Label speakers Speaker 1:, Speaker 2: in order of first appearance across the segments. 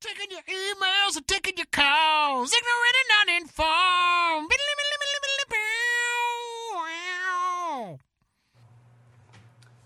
Speaker 1: Taking your emails and taking your calls. Ignorant and uninformed.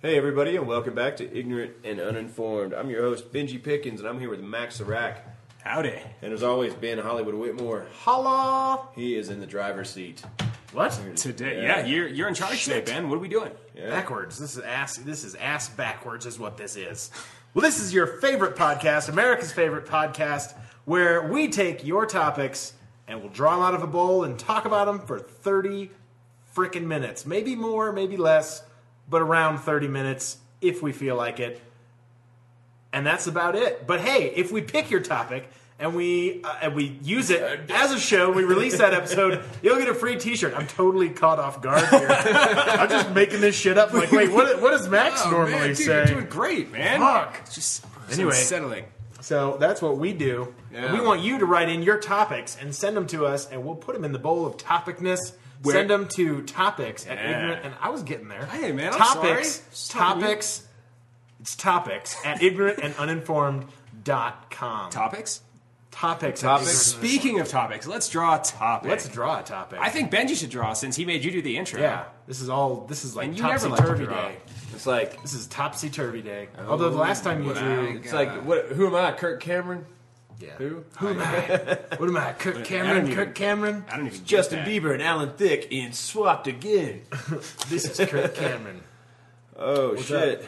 Speaker 2: Hey, everybody, and welcome back to Ignorant and Uninformed. I'm your host, Benji Pickens, and I'm here with Max Serac.
Speaker 3: Howdy.
Speaker 2: And as always, Ben Hollywood Whitmore.
Speaker 3: Holla.
Speaker 2: He is in the driver's seat.
Speaker 3: What? Today.
Speaker 2: Yeah.
Speaker 3: Yeah, you're, you're in charge
Speaker 2: Shit.
Speaker 3: today, Ben. What are we doing?
Speaker 2: Yeah.
Speaker 4: Backwards. This is ass. This is ass backwards. Is what this is. Well, this is your favorite podcast, America's favorite podcast, where we take your topics and we'll draw them out of a bowl and talk about them for thirty freaking minutes, maybe more, maybe less, but around thirty minutes if we feel like it. And that's about it. But hey, if we pick your topic and we uh, and we use it as a show, we release that episode, you'll get a free T-shirt. I'm totally caught off guard here. I'm just making this shit up. Like, wait, what? What does Max normally
Speaker 3: Oh, man, dude,
Speaker 4: say?
Speaker 3: You're doing great, man.
Speaker 4: Fuck.
Speaker 3: It's just it's
Speaker 4: Anyway.
Speaker 3: unsettling.
Speaker 4: So that's what we do.
Speaker 3: Yeah.
Speaker 4: We want you to write in your topics and send them to us, and we'll put them in the bowl of topicness.
Speaker 3: Where-
Speaker 4: Send them to topics at
Speaker 3: Yeah.
Speaker 4: ignorant. And I was getting there.
Speaker 3: Hey, man, I'm
Speaker 4: topics,
Speaker 3: sorry. It's not
Speaker 4: topics. It's topics at ignorant and uninformed dot com.
Speaker 3: Topics?
Speaker 4: topics.
Speaker 2: Topics.
Speaker 3: Speaking of topics, let's draw a topic.
Speaker 4: Let's draw a topic.
Speaker 3: I think Benji should draw since he made you do the intro.
Speaker 4: yeah, this is all. This is like
Speaker 3: And you never
Speaker 4: topsy
Speaker 3: like to
Speaker 4: turvy
Speaker 3: draw. Oh,
Speaker 4: day.
Speaker 2: It's like,
Speaker 4: This is topsy turvy day. Although the last time you drew,
Speaker 2: it's like, what? Who am I? Kirk Cameron?
Speaker 4: yeah.
Speaker 2: Who?
Speaker 4: Who am I? What am I? Kirk Cameron?
Speaker 3: even-
Speaker 4: Kirk Cameron?
Speaker 3: I don't even get
Speaker 2: Justin
Speaker 3: that.
Speaker 2: Bieber and Alan Thicke in Swapped Again.
Speaker 4: This is Kirk Cameron.
Speaker 2: Oh shit!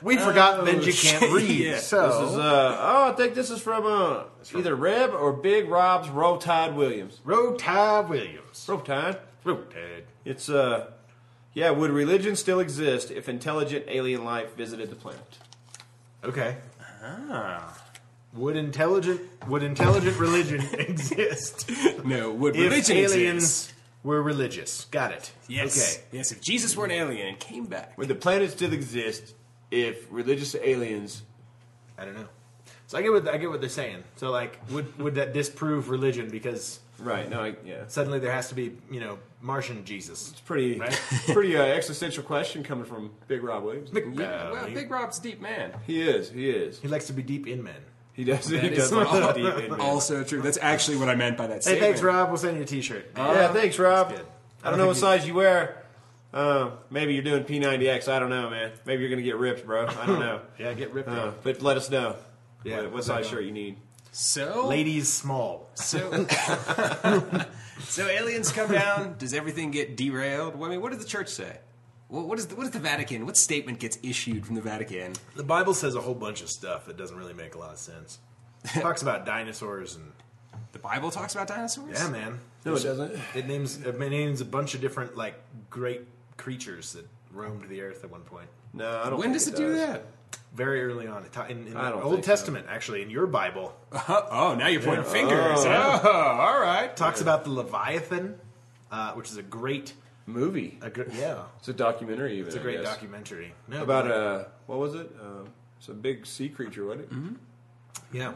Speaker 4: We forgot Benji can't
Speaker 3: Oh, shit.
Speaker 4: read.
Speaker 3: Yeah.
Speaker 4: So
Speaker 2: This is uh oh, I think this is from uh either Reb or Big Rob's Roll Tide Williams.
Speaker 4: Road Ty Williams.
Speaker 2: Roll Tide.
Speaker 4: Road Tide.
Speaker 2: It's uh yeah. Would religion still exist if intelligent alien life visited the planet?
Speaker 4: Okay.
Speaker 3: Ah.
Speaker 4: Would intelligent would intelligent religion exist
Speaker 3: No, would
Speaker 4: if
Speaker 3: religion
Speaker 4: aliens
Speaker 3: exist?
Speaker 4: were religious? Got it.
Speaker 3: Yes.
Speaker 4: Okay.
Speaker 3: Yes, if Jesus were an alien and came back.
Speaker 2: Would the planet still exist if religious aliens?
Speaker 4: I don't know. So I get what I get what they're saying. So like, would would that disprove religion because
Speaker 2: Right. No. I, yeah.
Speaker 4: suddenly there has to be you know Martian Jesus?
Speaker 2: It's pretty
Speaker 4: Right?
Speaker 2: pretty uh, existential question coming from Big Rob Williams.
Speaker 3: Yeah, well,
Speaker 4: he,
Speaker 3: Big Rob's a deep man.
Speaker 2: He is. He is.
Speaker 4: he likes to be deep in men.
Speaker 2: He does. He
Speaker 3: That
Speaker 2: does.
Speaker 3: is
Speaker 2: like
Speaker 3: all-
Speaker 2: a deep in man.
Speaker 3: Also true. That's actually what I meant by that
Speaker 4: Hey,
Speaker 3: statement.
Speaker 4: thanks, Rob. We'll send you a T-shirt.
Speaker 3: Oh.
Speaker 2: yeah. Thanks, Rob.
Speaker 4: good.
Speaker 2: I
Speaker 4: I
Speaker 2: don't
Speaker 4: don't
Speaker 2: know
Speaker 4: think
Speaker 2: what
Speaker 4: he-
Speaker 2: size you wear. Uh, maybe you're doing P90X. I don't know, man. Maybe you're gonna get ripped, bro. I don't know.
Speaker 4: yeah, get ripped.
Speaker 2: Uh,
Speaker 4: up.
Speaker 3: Oh.
Speaker 2: but let us know.
Speaker 4: Yeah,
Speaker 2: What, what
Speaker 4: let
Speaker 2: size
Speaker 4: us know.
Speaker 2: shirt you need?
Speaker 3: So,
Speaker 4: Ladies small.
Speaker 3: So, so aliens come down. Does everything get derailed? Well, I mean, what does the church say? What, what is the, what is the Vatican? What statement gets issued from the Vatican?
Speaker 4: The Bible says a whole bunch of stuff that doesn't really make a lot of sense. It talks about dinosaurs and
Speaker 3: The Bible talks about dinosaurs.
Speaker 4: yeah, man.
Speaker 2: No, it doesn't.
Speaker 4: It names it names a bunch of different like great creatures that roamed the earth at one point.
Speaker 2: No, I don't.
Speaker 3: When
Speaker 2: think
Speaker 3: does it, do that?
Speaker 4: Very early on, it ta- in, in
Speaker 2: I
Speaker 4: the
Speaker 2: don't
Speaker 4: Old
Speaker 2: think so.
Speaker 4: Testament, actually, in your Bible,
Speaker 3: Oh, oh, now you're pointing fingers. Oh, all right.
Speaker 4: talks about the Leviathan, uh, which is a great,
Speaker 2: Movie.
Speaker 4: a gr- yeah,
Speaker 2: It's a documentary. Even
Speaker 4: it's a
Speaker 2: I
Speaker 4: great
Speaker 2: guess.
Speaker 4: documentary no,
Speaker 2: about uh what was it? Um it's a big sea creature, wasn't it? Mm-hmm.
Speaker 4: yeah.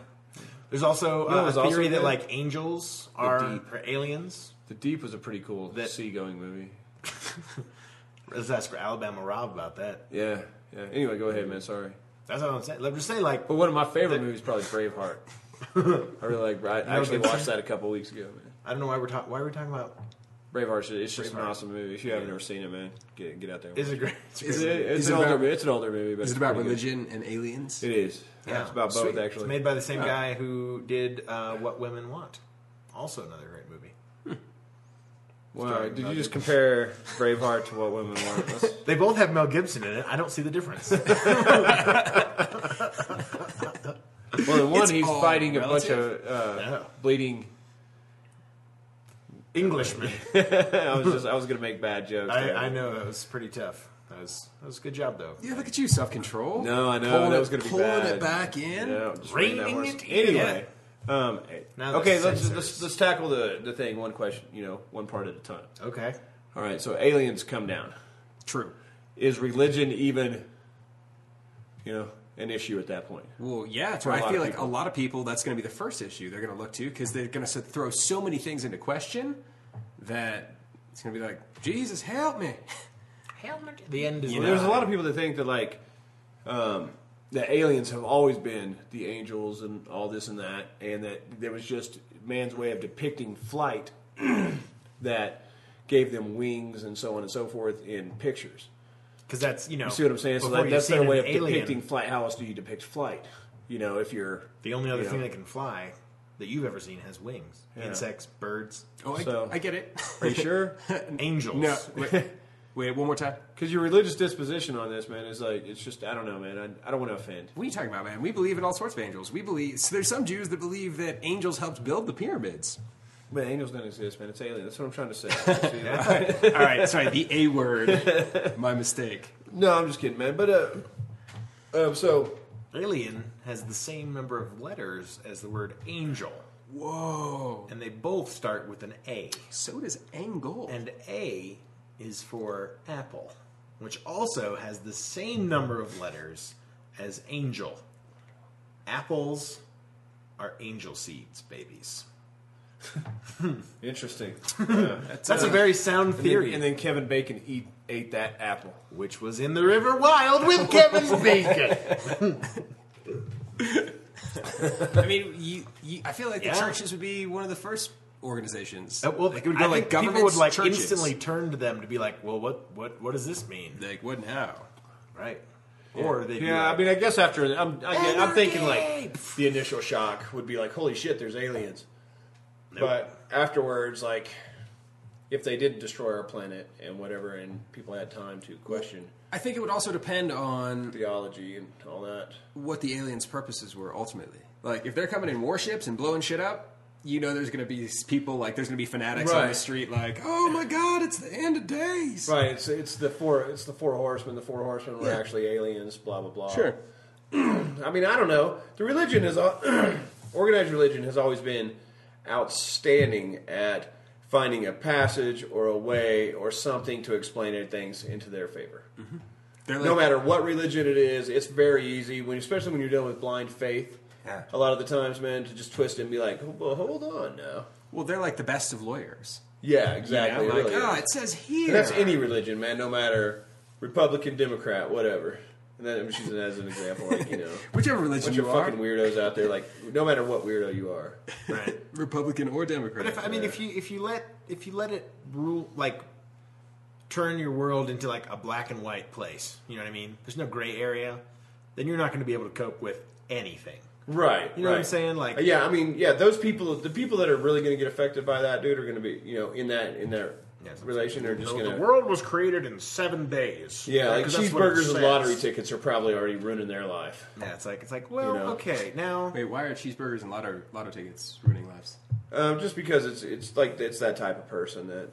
Speaker 4: There's
Speaker 2: know
Speaker 4: also uh, a
Speaker 2: what's also
Speaker 4: theory that
Speaker 2: good?
Speaker 4: like angels are,
Speaker 2: deep.
Speaker 4: are aliens.
Speaker 2: The Deep was a pretty cool
Speaker 4: That-
Speaker 2: sea-going movie.
Speaker 4: Let's ask for Alabama Rob about that.
Speaker 2: Yeah, yeah. Anyway, go ahead, man. Sorry.
Speaker 4: That's what I'm saying. Like, just say like
Speaker 2: But one of my favorite movies is probably Braveheart. I really like. I I actually
Speaker 4: but-
Speaker 2: watched that a couple weeks ago, man.
Speaker 4: I don't know why we're talking. Why are we talking about?
Speaker 2: Braveheart. It's just an
Speaker 4: Braveheart.
Speaker 2: awesome movie. If you haven't ever seen it, man, get get out there. and
Speaker 4: Is
Speaker 2: watch
Speaker 4: it great? It's
Speaker 2: It's,
Speaker 4: great.
Speaker 2: it, it's
Speaker 3: is
Speaker 2: an
Speaker 3: it
Speaker 2: older.
Speaker 3: about-
Speaker 2: it's an older movie, but
Speaker 3: Is
Speaker 2: it's
Speaker 3: it about
Speaker 2: pretty good.
Speaker 3: religion and aliens?
Speaker 2: It is. Yeah, it's about both
Speaker 3: Sweet.
Speaker 2: actually.
Speaker 4: It's made by the same guy who did uh, What Women Want. Also, another great movie.
Speaker 2: wow, did you just compare Braveheart to What Women Want? That's-
Speaker 4: They both have Mel Gibson in it. I don't see the difference.
Speaker 2: well, in one
Speaker 3: It's
Speaker 2: he's
Speaker 3: all
Speaker 2: fighting a bunch
Speaker 3: relative.
Speaker 2: of uh,
Speaker 4: Yeah.
Speaker 2: bleeding.
Speaker 4: Englishman.
Speaker 2: I was just I was gonna make bad jokes.
Speaker 4: I,
Speaker 2: there.
Speaker 4: I know that was pretty tough. That was that was a good job though.
Speaker 3: Yeah, look at you, self control.
Speaker 2: No, I know,
Speaker 3: Pulling
Speaker 2: that
Speaker 3: it-
Speaker 2: was gonna be
Speaker 3: pulling
Speaker 2: bad.
Speaker 3: it back in.
Speaker 2: Yeah, just ran that
Speaker 4: Reining
Speaker 2: horse.
Speaker 4: it in.
Speaker 2: Anyway, um,
Speaker 4: Now
Speaker 2: okay,
Speaker 4: the
Speaker 2: let's,
Speaker 4: sensors.
Speaker 2: let's let's tackle the the thing one question, you know, one part at a time.
Speaker 4: Okay.
Speaker 2: All right, so aliens come down.
Speaker 3: True.
Speaker 2: Is religion even, you know, an issue at that point?
Speaker 3: Well, yeah, it's
Speaker 2: For a
Speaker 3: I
Speaker 2: lot
Speaker 3: feel
Speaker 2: of
Speaker 3: like
Speaker 2: people.
Speaker 3: a lot of people that's going to be the first issue they're going to look to because they're going to throw so many things into question that it's going to be like, Jesus, help me.
Speaker 4: The end is.
Speaker 2: Well, there's a lot of people that think that like, um, that aliens have always been the angels and all this and that, and that there was just man's way of depicting flight that gave them wings and so on and so forth in pictures.
Speaker 4: because that's you know.
Speaker 2: You see what I'm saying? So
Speaker 4: before
Speaker 2: that,
Speaker 4: you've
Speaker 2: that's
Speaker 4: seen
Speaker 2: their
Speaker 4: an
Speaker 2: way of
Speaker 4: alien,
Speaker 2: depicting flight. How else do you depict flight? You know, if you're
Speaker 4: The only other
Speaker 2: you
Speaker 4: thing
Speaker 2: know.
Speaker 4: that can fly that you've ever seen has wings. Insects, birds,
Speaker 3: Oh, I,
Speaker 2: So-
Speaker 3: I get it.
Speaker 2: Are you sure?
Speaker 4: angels.
Speaker 2: no,
Speaker 3: wait, wait, one more time.
Speaker 2: because your religious disposition on this, man, is like it's just I don't know, man. I, I don't want to offend.
Speaker 3: What are you talking about, man? We believe in all sorts of angels. We believe so there's some Jews that believe that angels helped build the pyramids.
Speaker 2: But angels don't exist, man. It's alien. That's what I'm trying to say. See, like-
Speaker 3: All right, sorry, the A word. My mistake.
Speaker 2: no, I'm just kidding, man. But uh, um, so
Speaker 4: Alien has the same number of letters as the word angel,
Speaker 3: Whoa.
Speaker 4: and they both start with an A.
Speaker 3: So does angle.
Speaker 4: And A is for apple, which also has the same number of letters as angel. Apples are angel seeds, babies.
Speaker 2: interesting. Yeah.
Speaker 4: That's a very sound
Speaker 2: Uh, And then,
Speaker 4: theory.
Speaker 2: and then Kevin Bacon eat, ate that apple.
Speaker 4: which was in the river wild with Kevin Bacon.
Speaker 3: I mean, you, you, I feel like
Speaker 4: Yeah.
Speaker 3: the churches would be one of the first organizations.
Speaker 4: Uh, well, it would
Speaker 3: I think
Speaker 4: go like people would
Speaker 3: governments,
Speaker 4: like
Speaker 3: churches.
Speaker 4: instantly turn to them to be like, "Well, what, what, what does this mean?"
Speaker 3: Like, what now?
Speaker 4: Right? Or they,
Speaker 2: Yeah, I mean, I guess after I'm, I, get- I'm thinking like the initial shock would be like, "Holy shit, there's aliens!" But afterwards, like, if they did destroy our planet and whatever, and people had time to question
Speaker 3: I think it would also depend on
Speaker 2: theology and all that,
Speaker 3: what the aliens' purposes were ultimately. Like, if they're coming in warships and blowing shit up, you know, there's going to be people like there's going to be fanatics on the
Speaker 2: Right.
Speaker 3: street, like, "Oh my God, it's the end of days."
Speaker 2: right? It's it's the four it's the four horsemen. The four horsemen were
Speaker 3: Yeah.
Speaker 2: actually aliens. Blah blah blah.
Speaker 3: Sure.
Speaker 2: I mean, I don't know. The religion is al- organized religion has always been outstanding at finding a passage or a way or something to explain things into their favor.
Speaker 3: Mm-hmm. They're like,
Speaker 2: No matter what religion it is, it's very easy when, especially when you're dealing with blind faith.
Speaker 3: Yeah.
Speaker 2: A lot of the times, man, to just twist it and be like, "Oh, well, "Hold on now."
Speaker 3: well, they're like the best of lawyers.
Speaker 2: Yeah,
Speaker 3: You know,
Speaker 2: exactly. it
Speaker 3: like,
Speaker 2: really is.
Speaker 3: oh, it says here.
Speaker 2: And that's any religion, man. No matter Republican, Democrat, whatever. And that, I'm just using that as an example, like you know.
Speaker 3: Whichever religion
Speaker 2: bunch
Speaker 3: you
Speaker 2: of
Speaker 3: are,
Speaker 2: fucking weirdos out there. Like, no matter what weirdo you are,
Speaker 4: right.
Speaker 3: Republican or Democrat.
Speaker 4: But if I mean, if you if you let if you let it rule like turn your world into like a black and white place, you know what I mean? There's no gray area. Then you're not going to be able to cope with anything.
Speaker 2: right?
Speaker 4: You know what I'm saying? Like-
Speaker 2: Uh, yeah, I mean, yeah, those people, the people that are really going to get affected by that, dude, are going to be, you know, in that in their
Speaker 4: Yes, I'm
Speaker 2: relation, are just
Speaker 4: The-
Speaker 2: going
Speaker 4: The
Speaker 2: to.
Speaker 4: world was created in seven days.
Speaker 2: Yeah, like
Speaker 4: 'Cause that's what it
Speaker 2: cheeseburgers
Speaker 4: says.
Speaker 2: and lottery tickets are probably already ruining their life.
Speaker 4: Yeah, it's like it's like well,
Speaker 2: You know?
Speaker 4: okay, now
Speaker 3: Wait, why are cheeseburgers and lotto lotto tickets ruining lives?
Speaker 2: Um, just because it's it's like it's that type of person that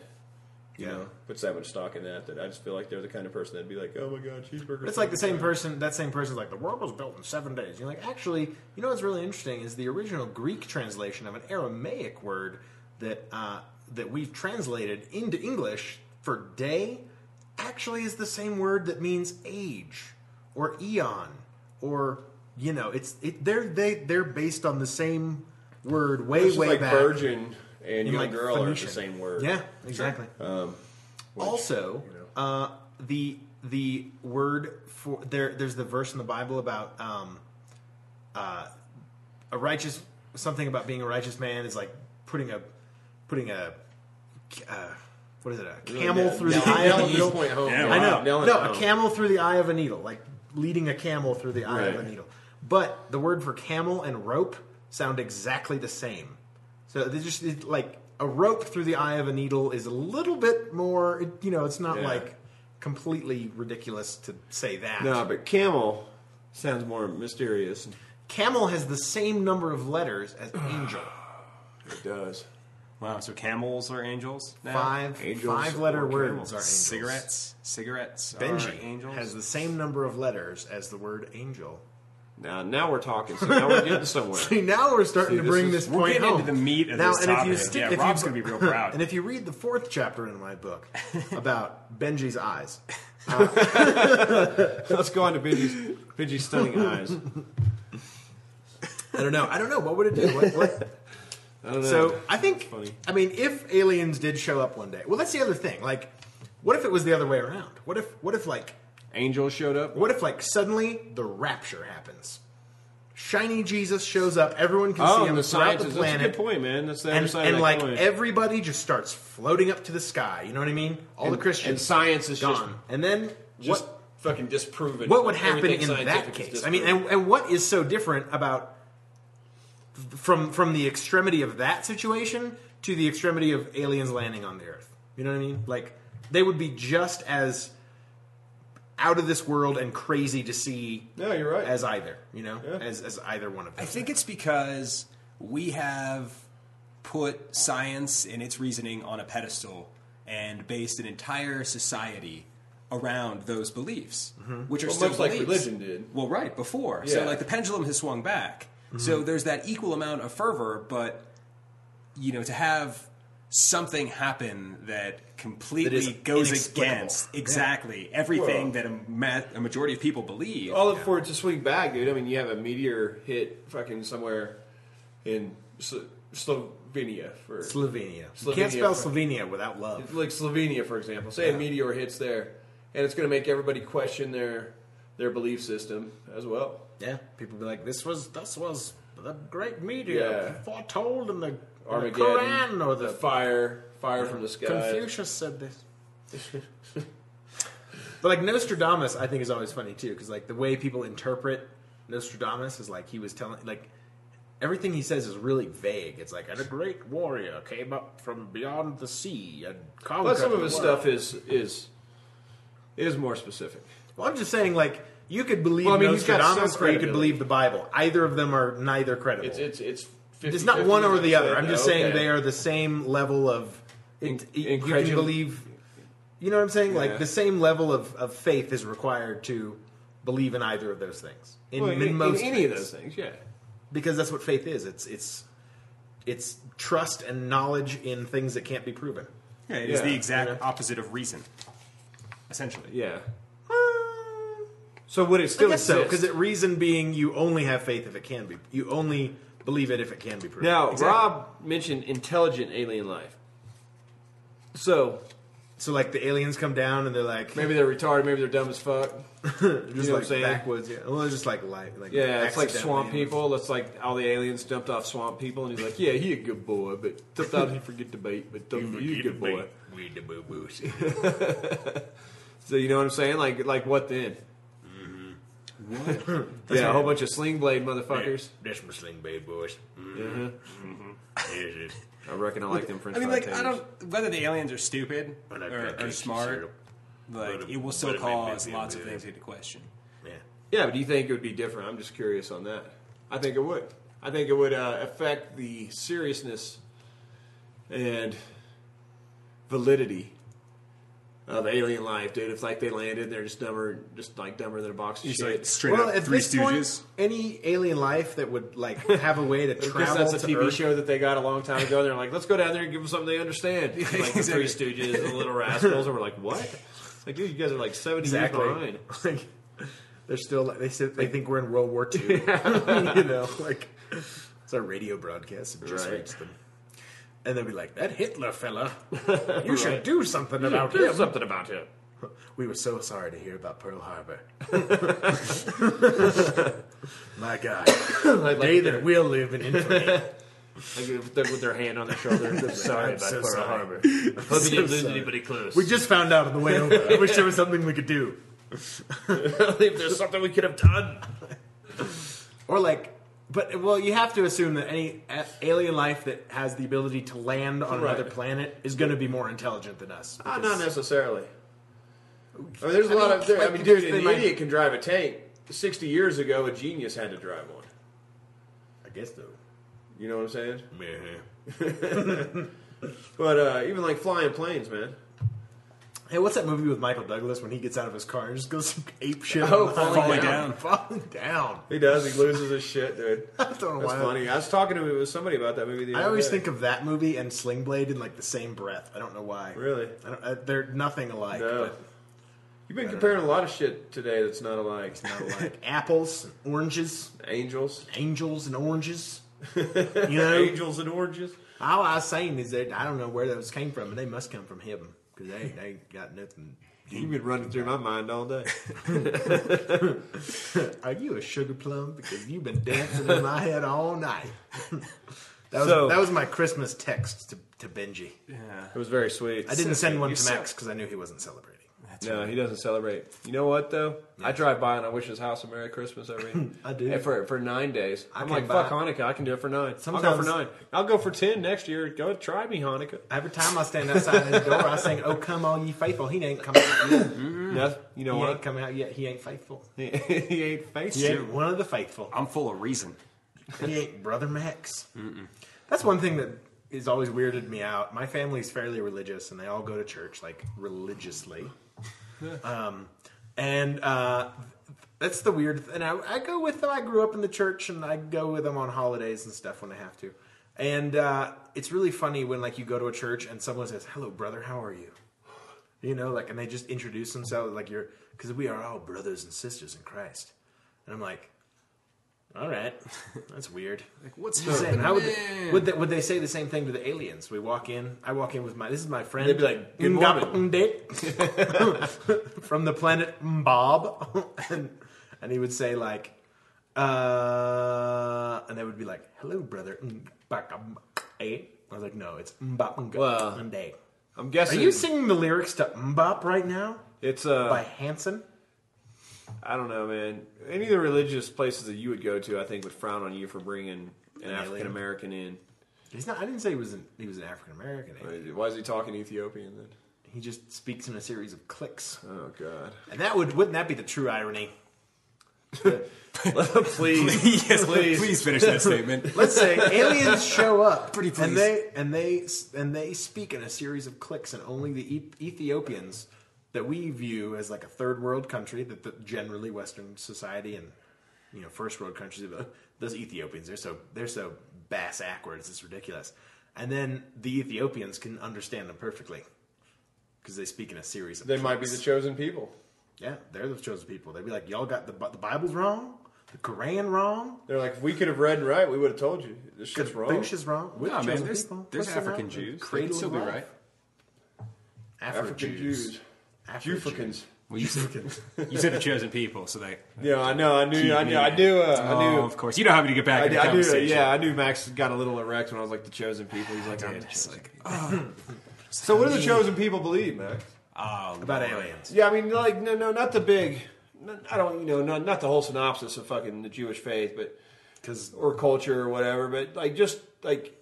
Speaker 2: you
Speaker 4: Yeah.
Speaker 2: know puts that much stock in that that I just feel like they're the kind of person that'd be like, oh my god, cheeseburger.
Speaker 4: It's like the same person. That same person's like the world was built in seven days. You're like, actually, you know what's really interesting is the original Greek translation of an Aramaic word that uh, that we've translated into English for day actually is the same word that means age or eon or you know it's it, they're they they're based on the same word way
Speaker 2: It's just
Speaker 4: way
Speaker 2: like
Speaker 4: back
Speaker 2: virgin and
Speaker 4: in,
Speaker 2: young
Speaker 4: like,
Speaker 2: girl are the
Speaker 4: Phoenician.
Speaker 2: same word. Um,
Speaker 4: Yeah, exactly. also, uh, the the word for there there's the verse in the Bible about um, uh, a righteous something about being a righteous man is like putting a putting a uh, what is it a camel through the eye of a
Speaker 2: Middle
Speaker 4: needle.
Speaker 2: point home.
Speaker 3: Yeah,
Speaker 2: Wow.
Speaker 4: I know,
Speaker 2: Nailing it
Speaker 4: no, a
Speaker 2: home.
Speaker 4: camel through the eye of a needle, like leading a camel through the eye of
Speaker 2: Right.
Speaker 4: a needle. But the word for camel and rope sound exactly the same. So they just it, like a rope through the eye of a needle is a little bit more. It, you know, it's not
Speaker 2: Yeah.
Speaker 4: like completely ridiculous to say that.
Speaker 2: No, but camel sounds more mysterious.
Speaker 4: Camel has the same number of letters as angel.
Speaker 2: It does.
Speaker 3: Wow, so camels are angels now?
Speaker 4: Five
Speaker 2: Angels
Speaker 4: five letter
Speaker 2: or
Speaker 4: words
Speaker 2: camels.
Speaker 4: are angels.
Speaker 3: Cigarettes? Cigarettes are
Speaker 4: Benji
Speaker 3: angels?
Speaker 4: has the same number of letters as the word angel.
Speaker 2: Now, now we're talking. So now we're getting somewhere.
Speaker 4: See, now we're starting
Speaker 2: See,
Speaker 4: to
Speaker 2: this
Speaker 4: bring
Speaker 2: is-
Speaker 4: this
Speaker 3: We're
Speaker 4: point
Speaker 3: getting
Speaker 4: home.
Speaker 3: into the meat of
Speaker 4: now,
Speaker 3: this
Speaker 4: and
Speaker 3: topic.
Speaker 4: If you stick,
Speaker 3: yeah,
Speaker 4: if you-
Speaker 3: Rob's going to be real proud.
Speaker 4: And if you read the fourth chapter in my book about Benji's eyes, uh,
Speaker 2: Let's go on to Benji's, Benji's stunning eyes.
Speaker 4: I don't know. I don't know. What would it do? What, what?
Speaker 2: I don't know.
Speaker 4: So I think.
Speaker 2: funny.
Speaker 4: I mean, if aliens did show up one day, well, that's the other thing. Like, what if it was the other way around? What if? What if like
Speaker 2: Angels showed up.
Speaker 4: What if like suddenly the rapture happens? Shiny Jesus shows up. Everyone can
Speaker 2: Oh,
Speaker 4: see him
Speaker 2: and the
Speaker 4: throughout
Speaker 2: scientists.
Speaker 4: the
Speaker 2: that's a
Speaker 4: planet.
Speaker 2: good point, man. That's the other
Speaker 4: And,
Speaker 2: side
Speaker 4: and
Speaker 2: of that
Speaker 4: like
Speaker 2: coin.
Speaker 4: everybody just starts floating up to the sky. You know what I mean? All the
Speaker 2: And-
Speaker 4: Christians
Speaker 2: and science is
Speaker 4: gone.
Speaker 2: just-
Speaker 4: and then
Speaker 2: just
Speaker 4: what?
Speaker 2: fucking disproven.
Speaker 4: What would happen
Speaker 2: Everything
Speaker 4: in that
Speaker 2: scientific is
Speaker 4: case? I mean,
Speaker 2: disproven.
Speaker 4: and, and what is so different about f- from from the extremity of that situation to the extremity of aliens landing on the Earth? You know what I mean? Like they would be just as out of this world and crazy to see.
Speaker 2: No, you're right.
Speaker 4: As either, you know, as as either one of them.
Speaker 3: I think it's because we have put science and its reasoning on a pedestal and based an entire society around those beliefs, which
Speaker 2: Mm-hmm.
Speaker 3: are
Speaker 2: Well,
Speaker 3: still
Speaker 2: much like
Speaker 3: beliefs.
Speaker 2: religion did.
Speaker 3: Well, right before,
Speaker 2: Yeah. Mm-hmm.
Speaker 3: so like the pendulum has swung back. So there's that equal amount of fervor, but you know, to have something happen that completely goes
Speaker 4: inexplicable.
Speaker 3: against exactly everything
Speaker 2: Well-
Speaker 3: that a, ma- a majority of people believe.
Speaker 2: all up for it to swing back, dude. I mean, you have a meteor hit fucking somewhere in Slo- Slovenia for
Speaker 4: Slovenia. You
Speaker 2: Slovenia.
Speaker 4: can't spell Slovenia without love.
Speaker 2: like Slovenia, for example. Say a meteor hits there, and it's going to make everybody question their their belief system as well.
Speaker 4: Yeah, people be like, "This was this was the great meteor
Speaker 2: Yeah.
Speaker 4: foretold in the, in the
Speaker 2: Armageddon,
Speaker 4: Quran or the
Speaker 2: fire, fire from the sky.
Speaker 4: Confucius said this. but like Nostradamus, I think is always funny too, because like the way people interpret Nostradamus is like he was telling like everything he says is really vague. It's like and a great warrior came up from beyond the sea and conquered.
Speaker 2: But some of
Speaker 4: the
Speaker 2: his
Speaker 4: world."
Speaker 2: stuff is is is more specific.
Speaker 4: Well, I'm just saying like. You could believe
Speaker 2: Well, I mean, he's got
Speaker 4: Nostradamus,
Speaker 2: some
Speaker 4: or you could
Speaker 2: credibility.
Speaker 4: believe the Bible. Either of them are neither credible.
Speaker 2: It's it's it's. 50,
Speaker 4: It's not one
Speaker 2: 50,
Speaker 4: or the other. I'm
Speaker 2: okay.
Speaker 4: just saying they are the same level of. It, it- you can
Speaker 2: incredul-
Speaker 4: believe. You know what I'm saying?
Speaker 2: Yeah.
Speaker 4: Like the same level of, of faith is required to believe in either of those things. In,
Speaker 2: Well,
Speaker 4: in
Speaker 2: in, in
Speaker 4: most
Speaker 2: any of
Speaker 4: things.
Speaker 2: those things. Yeah.
Speaker 4: because that's what faith is. It's it's it's trust and knowledge in things that can't be proven.
Speaker 3: Yeah, it is
Speaker 2: Yeah,
Speaker 3: the exact
Speaker 4: yeah.
Speaker 3: opposite of reason, essentially.
Speaker 2: Yeah. So would it
Speaker 4: I
Speaker 2: still
Speaker 4: guess so,
Speaker 2: exist?
Speaker 4: because reason being, you only have faith if it can be. You only believe it if it can be proven.
Speaker 2: Now,
Speaker 3: Exactly.
Speaker 2: Rob mentioned intelligent alien life. So
Speaker 4: so like the aliens come down and they're like,
Speaker 2: maybe they're retarded, maybe they're dumb as fuck.
Speaker 4: just
Speaker 2: know what I'm
Speaker 4: like
Speaker 2: saying?
Speaker 4: backwoods. Yeah, well, it's just like light. Like
Speaker 2: Yeah, it's like
Speaker 4: accidentally.
Speaker 2: swamp people. That's like all the aliens dumped off swamp people, and he's like, "Yeah, he a good boy, but sometimes he forget to bait, but sometimes he a good boy."
Speaker 4: We the boo boos.
Speaker 2: So you know what I'm saying? Like, like what then? Mm-hmm. What? yeah, a whole bunch of sling blade motherfuckers.
Speaker 4: That's my sling babe boys. Mm,
Speaker 2: Mhm.
Speaker 4: Here's it.
Speaker 2: I reckon I like them French.
Speaker 3: I mean, like,
Speaker 2: fry
Speaker 3: I
Speaker 2: taters.
Speaker 3: don't whether the aliens are stupid
Speaker 4: But I
Speaker 3: or,
Speaker 4: bet
Speaker 3: or
Speaker 4: it's
Speaker 3: smart.
Speaker 4: syrup.
Speaker 3: Like,
Speaker 4: But-
Speaker 3: it will
Speaker 4: but
Speaker 3: still
Speaker 4: it may be
Speaker 3: cause
Speaker 4: a
Speaker 3: lots of
Speaker 4: bit.
Speaker 3: things into question.
Speaker 4: Yeah.
Speaker 2: Yeah, but do you think it would be different? I'm just curious on that. I think it would. I think it would uh, affect the seriousness and validity of alien life, dude. If like they landed, they're just dumber, just like dumber than a box of shit.
Speaker 3: straight
Speaker 4: well, at this point, any alien life that would like have a way to
Speaker 2: because
Speaker 4: travel
Speaker 2: that's a
Speaker 4: to
Speaker 2: TV
Speaker 4: Earth,
Speaker 2: show that they got a long time ago. And they're like, let's go down there and give them something they understand. Like the Three
Speaker 3: exactly.
Speaker 2: Stooges, the Little Rascals, and we're like, what? Like, dude, you guys are like 70
Speaker 4: exactly.
Speaker 2: years behind.
Speaker 4: Like, they're still like they said they think we're in World War II. you know, like it's a radio broadcast. It just
Speaker 2: Right.
Speaker 4: reached them, and they'll be like, "That Hitler fella, you should do something about
Speaker 2: Do
Speaker 4: him."
Speaker 2: something about it.
Speaker 4: We were so sorry to hear about Pearl Harbor. My God,
Speaker 2: Like,
Speaker 4: the day that we'll live in infamy.
Speaker 2: Like with, their, with their hand on their shoulder. I'm sorry
Speaker 4: I'm
Speaker 2: about
Speaker 4: so
Speaker 2: Pearl
Speaker 4: sorry.
Speaker 2: Harbor. Hope you didn't lose
Speaker 4: sorry.
Speaker 2: anybody close.
Speaker 4: We just found out on the way over. I wish there was something we could do.
Speaker 2: if there's something we could have done.
Speaker 4: Or like, but well, you have to assume that any a- alien life that has the ability to land on
Speaker 2: Right.
Speaker 4: another planet is going to be more intelligent than us.
Speaker 2: Ah,
Speaker 4: because-
Speaker 2: not necessarily. I mean, there's a
Speaker 4: I
Speaker 2: lot
Speaker 4: mean,
Speaker 2: of. There, I
Speaker 4: like,
Speaker 2: mean,
Speaker 4: because
Speaker 2: dude, an
Speaker 4: they might-
Speaker 2: idiot can drive a tank. Sixty years ago, a genius had to drive one.
Speaker 4: I guess though.
Speaker 2: You know what I'm saying?
Speaker 4: Hey,
Speaker 2: But uh, even like flying planes, man.
Speaker 4: what's that movie with Michael Douglas when he gets out of his car and just goes ape shit?
Speaker 2: Oh,
Speaker 4: on the
Speaker 2: Falling
Speaker 4: highway?
Speaker 3: Down.
Speaker 4: falling down.
Speaker 2: He does. He loses his shit, dude.
Speaker 4: I
Speaker 2: That's
Speaker 4: don't know why.
Speaker 2: funny. I was talking to with somebody about that movie. The
Speaker 4: I
Speaker 2: other
Speaker 4: always
Speaker 2: day.
Speaker 4: think of that movie and Sling Blade in like the same breath. I don't know why.
Speaker 2: Really?
Speaker 4: I don't, uh, they're nothing alike.
Speaker 2: No.
Speaker 4: but-
Speaker 2: You've been comparing a lot of shit today that's not alike.
Speaker 4: Not like apples and oranges,
Speaker 2: Angels,
Speaker 4: angels and oranges. You know,
Speaker 2: angels and oranges.
Speaker 4: all I was saying is that I don't know where those came from, but they must come from heaven because they they ain't got nothing
Speaker 2: You've been running through my mind all day.
Speaker 4: Are you a sugar plum? Because you've been dancing in my head all night. that, was,
Speaker 2: So-
Speaker 4: that was my Christmas text to, to Benji.
Speaker 2: It was very sweet.
Speaker 4: I didn't send one
Speaker 3: You
Speaker 4: to
Speaker 3: suck.
Speaker 4: Max because I knew he wasn't celebrating.
Speaker 2: No, he doesn't celebrate. You know what though? I drive by and I wish his house a Merry Christmas every.
Speaker 4: I do.
Speaker 2: And for for nine days,
Speaker 4: I
Speaker 2: I'm
Speaker 4: came
Speaker 2: like fuck
Speaker 4: by-
Speaker 2: Hanukkah. I can do it for nine. I'll go
Speaker 4: Sometimes-
Speaker 2: for nine. I'll go for ten next year. Go try me Hanukkah.
Speaker 4: Every time I stand outside his door, I sing, "Oh come all ye faithful." He ain't coming out yet.
Speaker 2: No, you know
Speaker 4: Mm. He ain't
Speaker 2: what?
Speaker 4: coming out yet. He ain't faithful.
Speaker 2: Mm-hmm. he ain't
Speaker 4: He
Speaker 2: faithful.
Speaker 4: ain't one of the faithful.
Speaker 3: I'm full of reason.
Speaker 4: He ain't brother Max. That's one thing that has always weirded me out. My family's fairly religious, and they all go to church like religiously. um, and uh, that's the weird. And I, I go with them. I grew up in the church, and I go with them on holidays and stuff when I have to. And uh, it's really funny when like you go to a church and someone says, "Hello, brother. How are you?" You know, like, and they just introduce themselves like you're because we are all brothers and sisters in Christ. And I'm like, all right, that's weird.
Speaker 3: Like, what's
Speaker 4: Just saying,
Speaker 3: happening?
Speaker 4: how would they, would they would they say the same thing to the aliens? We walk in. I walk in with my this is my friend.
Speaker 2: They'd be like, "Good
Speaker 4: "Ngap Ngdate," from the planet Bob, and and he would say like, uh, and they would be like, "Hello, brother." Ngak Ngdate." I was like, "No, it's Mbop
Speaker 2: Well,
Speaker 4: Ngdate."
Speaker 2: I'm
Speaker 4: Are
Speaker 2: guessing
Speaker 4: you singing the lyrics to Mbop right now
Speaker 2: it's uh.
Speaker 4: by Hanson?
Speaker 2: I don't know, man. Any of the religious places that you would go to, I think, would frown on you for bringing an African American in.
Speaker 4: He's not. I didn't say he was an, he was an African American. eh?
Speaker 2: Why is he talking Ethiopian then?
Speaker 4: He just speaks in a series of clicks.
Speaker 2: Oh God!
Speaker 4: And that would wouldn't that be the true irony?
Speaker 2: please,
Speaker 3: yes, please. please finish that statement.
Speaker 4: Let's say aliens show up,
Speaker 3: Pretty
Speaker 4: and
Speaker 3: please.
Speaker 4: they and they and they speak in a series of clicks, and only the e- Ethiopians that we view as like a third world country that the, generally Western society and you know first world countries those Ethiopians they're so they're so bass backwards it's ridiculous, and then the Ethiopians can understand them perfectly because they speak in a series of
Speaker 2: they might be
Speaker 4: clicks.
Speaker 2: the chosen people.
Speaker 4: Yeah, they're the chosen people. They'd be like, y'all got the, Bi- the Bible's wrong, the Quran wrong,
Speaker 2: They're like, if we could have read and write, we would have told you. This shit's wrong.
Speaker 4: Bush is wrong. We're
Speaker 3: No,
Speaker 4: the
Speaker 3: man,
Speaker 4: chosen
Speaker 3: there's,
Speaker 4: people.
Speaker 3: there's
Speaker 4: What's the
Speaker 3: African
Speaker 4: matter?
Speaker 3: Jews. They
Speaker 4: Cradle
Speaker 3: can still
Speaker 4: of
Speaker 3: be
Speaker 4: life.
Speaker 3: right.
Speaker 4: Afro
Speaker 2: African Jews,
Speaker 4: Jews. Afro
Speaker 2: Jufricans.
Speaker 3: Well, you, said, you said the chosen people, so they.
Speaker 2: Yeah, I know. I knew. I knew. I
Speaker 3: Yeah.
Speaker 2: knew. Uh,
Speaker 3: oh,
Speaker 2: I knew.
Speaker 3: Of course, you know how me to get back
Speaker 2: I, knew-
Speaker 3: into the
Speaker 2: I knew.
Speaker 3: conversation.
Speaker 2: Yeah, I knew. Max got a little erect when I was like the chosen people. He's like, I'm the
Speaker 3: It's
Speaker 2: chosen.
Speaker 3: like,
Speaker 2: so what do the chosen people believe, Max?
Speaker 3: oh,
Speaker 4: About
Speaker 3: Lord.
Speaker 4: aliens.
Speaker 2: Yeah, I mean, like, no, no, not the big. n- I don't, you know, not, not the whole synopsis of fucking the Jewish faith, but
Speaker 4: Because
Speaker 2: or culture or whatever. But like, just like,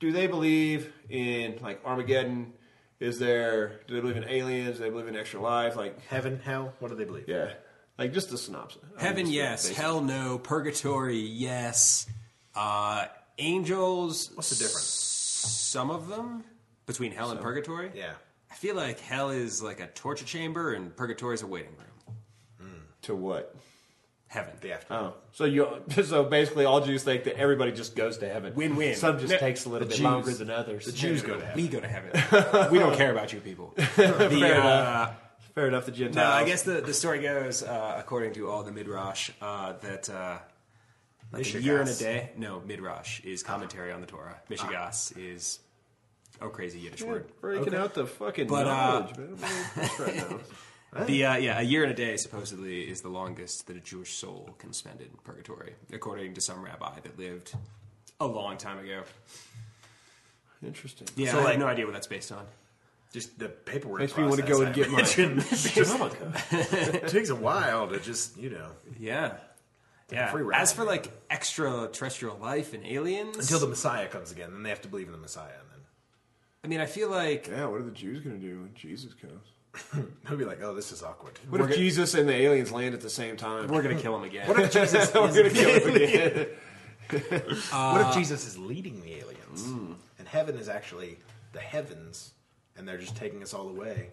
Speaker 2: do they believe in like Armageddon? Is there? Do they believe in aliens? Do they believe in extra life? Like,
Speaker 4: heaven, hell, what do they believe?
Speaker 2: yeah, like just the synopsis. I mean,
Speaker 3: Heaven,
Speaker 2: just the
Speaker 3: yes.
Speaker 2: basic-
Speaker 3: Hell, no. Purgatory, yes. Uh, angels. What's
Speaker 4: the difference?
Speaker 3: Some of them between hell and purgatory.
Speaker 4: Yeah.
Speaker 3: I feel like hell is like a torture chamber and purgatory is a waiting room.
Speaker 2: to what?
Speaker 3: Heaven.
Speaker 4: The after.
Speaker 2: Oh, so you so basically all Jews think that everybody just goes to heaven.
Speaker 3: Win-win.
Speaker 2: Some just
Speaker 3: No,
Speaker 2: takes a little
Speaker 3: the
Speaker 2: bit
Speaker 3: Jews-
Speaker 2: longer than others.
Speaker 4: The Jews go to heaven.
Speaker 3: We go to heaven. we don't care about you people. The, uh,
Speaker 2: Fair enough. The Gentiles.
Speaker 3: no, I guess the, the story goes, uh, according to all the Midrash, uh, that uh, like a
Speaker 4: Mishigas.
Speaker 3: year and a day. No, Midrash is commentary on the Torah. Mishigas
Speaker 4: Ah.
Speaker 3: is, oh, crazy Yiddish
Speaker 2: We're
Speaker 3: word.
Speaker 2: breaking out the fucking
Speaker 3: But, uh,
Speaker 2: knowledge, man. That's right now.
Speaker 3: The uh, yeah, a year and a day supposedly is the longest that a Jewish soul can spend in purgatory, according to some rabbi that lived a long time ago.
Speaker 2: Interesting.
Speaker 3: Yeah,
Speaker 4: So,
Speaker 3: I
Speaker 4: like-
Speaker 3: have no idea what that's based on.
Speaker 4: Just the paperwork.
Speaker 2: Makes me want to go and get my Hanukkah.
Speaker 4: it takes a while to just, you know.
Speaker 3: Yeah, yeah.
Speaker 4: free ride,
Speaker 3: As for
Speaker 4: man.
Speaker 3: like extraterrestrial life and aliens,
Speaker 4: Until the Messiah comes again, then they have to believe in the Messiah. And then
Speaker 3: I mean, I feel like
Speaker 2: Yeah, what are the Jews going to do when Jesus comes?
Speaker 4: they'll be like, oh, this is awkward.
Speaker 2: What if Jesus and the aliens land at the same time?
Speaker 3: we're gonna kill him again.
Speaker 4: What if Jesus,
Speaker 2: We're gonna kill him again.
Speaker 4: what
Speaker 2: Uh,
Speaker 4: if Jesus is leading the aliens?
Speaker 2: Hmm.
Speaker 4: And heaven is actually the heavens, and they're just taking us all away.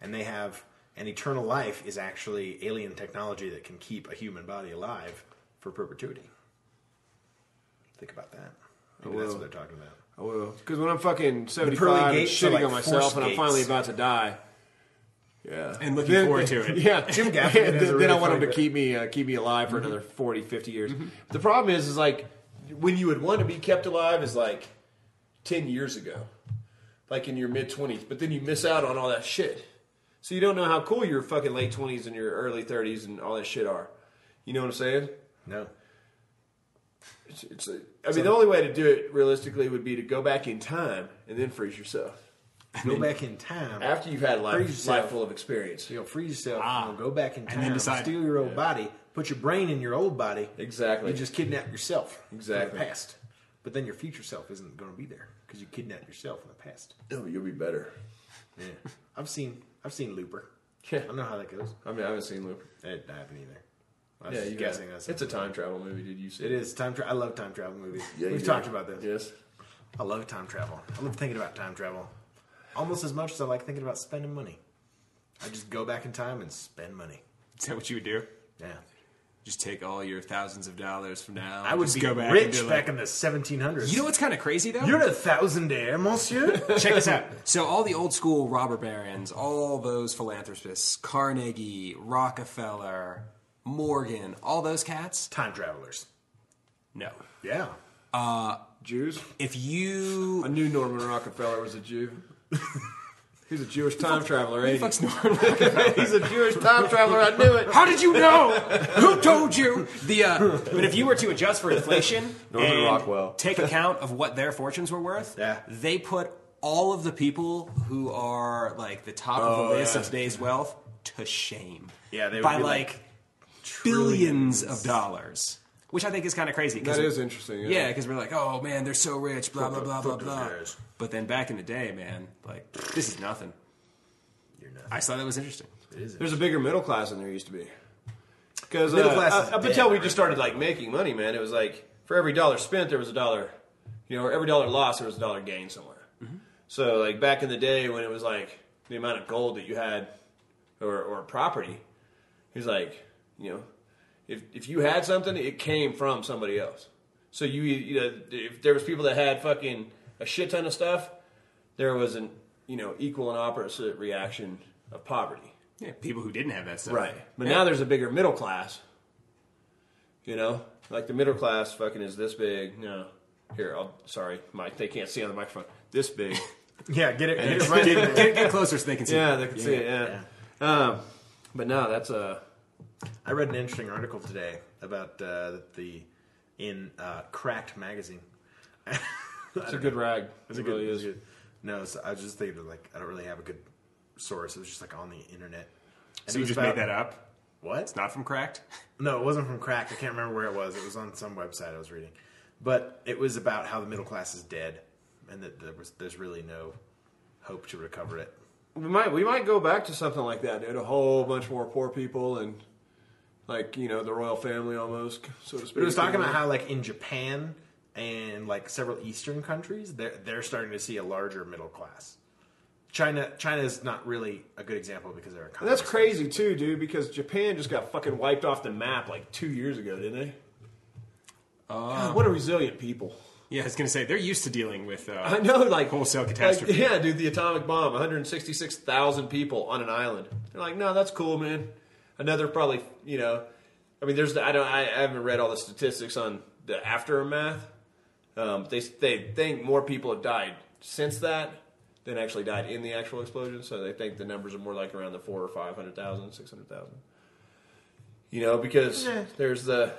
Speaker 4: And they have an eternal life is actually alien technology that can keep a human body alive for perpetuity. Think about that. Maybe that's what they're talking about.
Speaker 2: I will. Because when I'm fucking
Speaker 4: pearly
Speaker 2: 75 and
Speaker 4: gates are
Speaker 2: shitting
Speaker 4: like
Speaker 2: on myself
Speaker 4: force
Speaker 2: and I'm finally
Speaker 4: gates.
Speaker 2: about to die. Yeah.
Speaker 3: And looking forward to it.
Speaker 2: Yeah.
Speaker 4: Jim Gaffigan
Speaker 2: Yeah,
Speaker 4: has a
Speaker 2: then,
Speaker 4: really
Speaker 2: then I want them
Speaker 4: funny Mm-hmm.
Speaker 2: to keep me, uh, keep me alive for another 40, 50 years. The problem is, is like, when you would want to be kept alive is like 10 years ago. Like in your mid 20s. But then you miss out on all that shit. So you don't know how cool your fucking late twenties and your early thirties and all that shit are. You know what I'm saying?
Speaker 4: No.
Speaker 2: It's, it's a, I mean, the only way to do it realistically would be to go back in time and then freeze yourself
Speaker 4: Go back in time.
Speaker 2: after you've had
Speaker 4: Freeze
Speaker 2: life,
Speaker 4: yourself.
Speaker 2: life full of experience.
Speaker 4: you know, freeze yourself.
Speaker 3: Ah.
Speaker 4: you know, go back in
Speaker 3: then
Speaker 4: time.
Speaker 3: decide.
Speaker 4: Steal your old body. Put your brain in your old body.
Speaker 2: Exactly.
Speaker 4: You just kidnap yourself. from
Speaker 2: Exactly.
Speaker 4: the past. But then your future self isn't going to be there because you kidnapped yourself in the past.
Speaker 2: No, you'll be better.
Speaker 4: Yeah. I've seen. I've seen Looper.
Speaker 2: Yeah.
Speaker 4: I know how that goes.
Speaker 2: I mean, I haven't seen Looper.
Speaker 4: I, I haven't either. I was
Speaker 2: Yeah,
Speaker 4: just
Speaker 2: you
Speaker 4: guessing.
Speaker 2: guessing
Speaker 4: that's
Speaker 2: It's a time travel movie. Did you see
Speaker 4: It is time. Tra- I love time travel movies.
Speaker 2: Yeah,
Speaker 4: We've
Speaker 2: you
Speaker 4: talked
Speaker 2: do.
Speaker 4: about this.
Speaker 2: Yes.
Speaker 4: I love time travel. I love thinking about time travel almost as much as I like thinking about spending money. I just go back in time and spend money.
Speaker 3: Is that what you would do?
Speaker 4: Yeah,
Speaker 3: Just take all your thousands of dollars from now.
Speaker 4: I would
Speaker 3: just
Speaker 4: be
Speaker 3: go back and
Speaker 4: rich
Speaker 3: do like-
Speaker 4: back in the 1700s.
Speaker 3: You know what's kind of crazy though?
Speaker 4: you're a thousandaire, monsieur. Check this out.
Speaker 3: So all the old school robber barons, all those philanthropists, Carnegie, Rockefeller, Morgan, all those cats?
Speaker 4: Time travelers.
Speaker 3: No.
Speaker 4: Yeah,
Speaker 2: Jews.
Speaker 3: If you
Speaker 2: I knew Norman Rockefeller was a Jew. He's a Jewish time traveler, ain't he?
Speaker 3: fucks Norman Rockefeller.
Speaker 2: He's a Jewish time traveler. I knew it.
Speaker 3: How did you know? Who told you? The uh, but if you were to adjust for inflation
Speaker 2: Norman
Speaker 3: and
Speaker 2: Rockwell.
Speaker 3: take account of what their fortunes were worth,
Speaker 4: Yeah.
Speaker 3: they put all of the people who are like the top of the
Speaker 4: Oh,
Speaker 3: list
Speaker 4: yeah.
Speaker 3: of today's wealth to shame.
Speaker 4: Yeah, they would
Speaker 3: by
Speaker 4: be, like,
Speaker 3: like, billions of dollars, which I think is kind of crazy. 'cause
Speaker 2: That
Speaker 3: it-
Speaker 2: is interesting, yeah.
Speaker 3: Yeah, because we're like, oh man, they're so rich, blah blah blah blah
Speaker 4: Fuck
Speaker 3: blah.
Speaker 4: those guys.
Speaker 3: But then back in the day, man, like this is nothing.
Speaker 4: you're
Speaker 3: I
Speaker 4: not.
Speaker 3: just thought that was interesting.
Speaker 2: There's a bigger middle class than there used to be. Because
Speaker 4: Middle class is
Speaker 2: up
Speaker 4: dead
Speaker 2: until we
Speaker 4: right
Speaker 2: just started like making money, man, it was like for every dollar spent, there was a dollar, you know, or every dollar lost, there was a dollar gained somewhere.
Speaker 4: Mm-hmm.
Speaker 2: So like back in the day when it was like the amount of gold that you had or or property, he's like, you know, if if you had something, it came from somebody else. So you you know, if there was people that had fucking a shit ton of stuff, there was an you know equal and opposite reaction of poverty.
Speaker 3: Yeah, people who didn't have that stuff.
Speaker 2: Right. But
Speaker 3: Yeah.
Speaker 2: now there's a bigger middle class. You know? Like the middle class fucking is this big. No. Here, I'll sorry, Mike, they can't see on the microphone. This big.
Speaker 4: Yeah, get it. Get it
Speaker 3: Get,
Speaker 4: right.
Speaker 3: get, get closer so they can see.
Speaker 2: yeah, they can see it, yeah. Um, but no, that's a
Speaker 4: I read an interesting article today about uh, the in uh, Cracked magazine.
Speaker 2: it's a good rag.
Speaker 4: It's
Speaker 2: it
Speaker 4: a good,
Speaker 2: really
Speaker 4: it's
Speaker 2: is.
Speaker 4: good- No, so I was just thinking like I don't really have a good source. It was just like on the internet.
Speaker 3: So
Speaker 4: And it
Speaker 3: you
Speaker 4: was
Speaker 3: just
Speaker 4: about-
Speaker 3: made that up?
Speaker 4: What?
Speaker 3: It's not from Cracked.
Speaker 4: No, it wasn't from Cracked. I can't remember where it was. It was on some website I was reading, but it was about how the middle class is dead, and that there was there's really no hope to recover it.
Speaker 2: We might we might go back to something like that, dude. A whole bunch more poor people and like, you know, the royal family almost, so to speak.
Speaker 4: But it was talking about how like in Japan and like several Eastern countries, they're they're starting to see a larger middle class. China China is not really a good example because they're a
Speaker 2: And that's
Speaker 4: communist
Speaker 2: crazy too, dude, because Japan just got fucking wiped off the map like two years ago, didn't they? God, what a resilient people.
Speaker 3: Yeah, I was gonna say they're used to dealing with. Uh,
Speaker 2: I know, like
Speaker 3: Wholesale
Speaker 2: like,
Speaker 3: catastrophe.
Speaker 2: yeah, dude, the atomic bomb, 166,000 people on an island. They're like, no, that's cool, man. Another probably, you know, I mean, there's, the- I don't, I, I haven't read all the statistics on the aftermath. Um, they they think more people have died since that than actually died in the actual explosion. So they think the numbers are more like around the four or five hundred thousand, six hundred thousand. You know, because
Speaker 4: Yeah.
Speaker 2: there's the,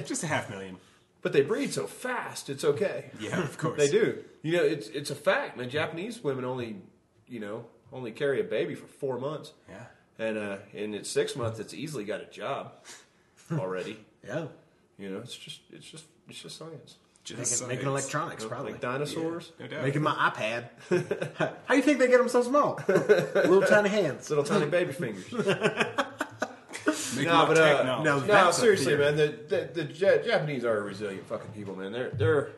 Speaker 3: Just a half million.
Speaker 2: but they breed so fast. It's okay.
Speaker 3: Yeah, of course.
Speaker 2: They do. You know, it's it's a fact, man. Japanese women only, you know, only carry a baby for four months,
Speaker 3: Yeah.
Speaker 2: and uh, and at six months, it's easily got a job already.
Speaker 4: Yeah,
Speaker 2: you know, it's just it's just it's just science.
Speaker 3: Just
Speaker 4: making, making
Speaker 3: science.
Speaker 4: electronics
Speaker 2: You know,
Speaker 4: probably
Speaker 2: like dinosaurs,
Speaker 3: No doubt.
Speaker 4: Making my iPad. How do you think they get them so small? Little tiny hands.
Speaker 2: little tiny baby fingers.
Speaker 3: Making
Speaker 2: no, but uh,
Speaker 3: techno.
Speaker 2: no, no,
Speaker 4: that's a
Speaker 2: seriously,
Speaker 4: theory.
Speaker 2: man. The, the the Ja- Japanese are resilient fucking people, man. They're they're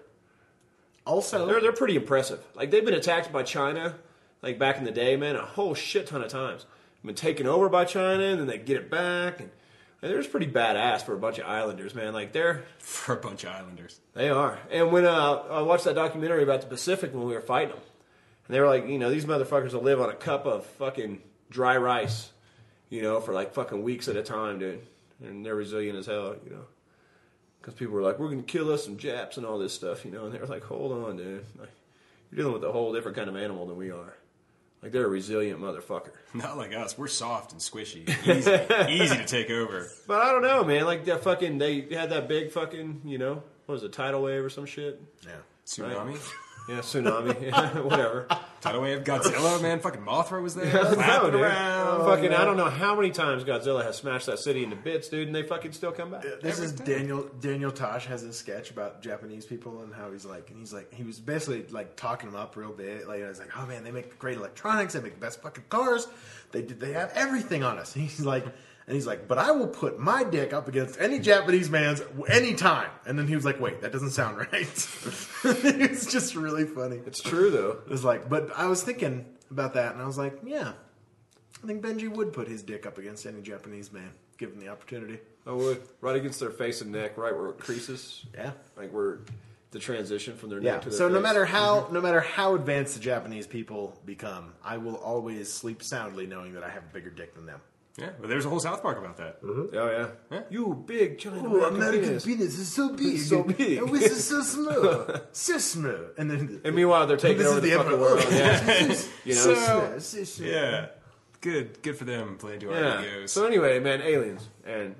Speaker 4: Also,
Speaker 2: they're they're pretty impressive. Like they've been attacked by China, like back in the day, man, a whole shit ton of times. Been taken over by China, and then they get it back, and and they're just pretty badass for a bunch of islanders, man. Like they're
Speaker 3: for a bunch of islanders.
Speaker 2: they are. And when uh, I watched that documentary about the Pacific when we were fighting them, and they were like, you know, these motherfuckers will live on a cup of fucking dry rice, you know, for like fucking weeks at a time, dude. And they're resilient as hell, you know. Because people were like, we're going to kill us some Japs and all this stuff, you know. And they were like, hold on, dude. Like, you're dealing with a whole different kind of animal than we are. Like they're a resilient motherfucker.
Speaker 3: Not like us. We're soft and squishy. Easy, easy to take over.
Speaker 2: But I don't know, man. Like that fucking they had that big fucking you know what was it tidal wave or some shit?
Speaker 4: Yeah.
Speaker 3: Tsunami?
Speaker 2: Yeah, tsunami, Yeah, whatever.
Speaker 3: Tidal wave? Godzilla, man? Fucking Mothra was there?
Speaker 2: No,
Speaker 3: Flapping
Speaker 2: dude.
Speaker 3: around.
Speaker 2: fucking, I don't know how many times Godzilla has smashed that city into bits, dude, and they fucking still come back.
Speaker 4: This is Daniel Daniel Tosh has a sketch about Japanese people and how he's like and he's like he was basically like talking them up real big like I was like oh man they make great electronics they make the best fucking cars they did they have everything on us and he's like and he's like but I will put my dick up against any Japanese man's any time and then he was like wait that doesn't sound right it's just really funny
Speaker 2: It's true though.
Speaker 4: it was like but I was thinking about that and I was like yeah I think Benji would put his dick up against any Japanese man given the opportunity
Speaker 2: I would right against their face and neck, right where it creases.
Speaker 4: yeah.
Speaker 2: like where the transition from their neck
Speaker 4: Yeah.
Speaker 2: to their
Speaker 4: So
Speaker 2: face.
Speaker 4: no
Speaker 2: Mm-hmm.
Speaker 4: matter how no matter how advanced the Japanese people become, I will always sleep soundly knowing that I have a bigger dick than them.
Speaker 3: Yeah, but there's a whole South Park about that.
Speaker 2: oh yeah,
Speaker 3: Yeah.
Speaker 2: you big giant American, penis.
Speaker 4: is so big,
Speaker 2: so big.
Speaker 4: and this is so slow, so slow. And then
Speaker 2: And meanwhile, they're taking
Speaker 4: This
Speaker 2: over
Speaker 4: is
Speaker 2: the,
Speaker 4: the
Speaker 2: fucking
Speaker 4: emperor.
Speaker 2: world. Yeah. you know,
Speaker 3: So-
Speaker 4: Yeah, so slow.
Speaker 3: Yeah. Good good for them playing to our
Speaker 2: yeah.
Speaker 3: videos.
Speaker 2: So anyway, man, aliens and